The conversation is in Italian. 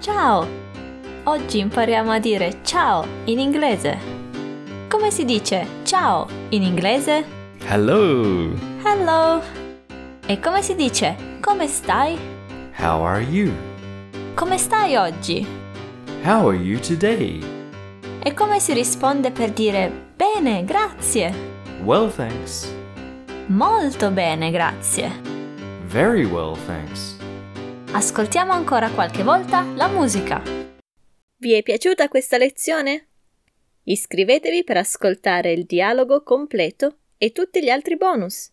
Ciao! Oggi impariamo a dire ciao in inglese. Come si dice ciao in inglese? Hello! Hello! E come si dice come stai? How are you? Come stai oggi? How are you today? E come si risponde per dire bene, grazie? Well, thanks. Molto bene, grazie. Very well, thanks. Ascoltiamo ancora qualche volta la musica. Vi è piaciuta questa lezione? Iscrivetevi per ascoltare il dialogo completo e tutti gli altri bonus.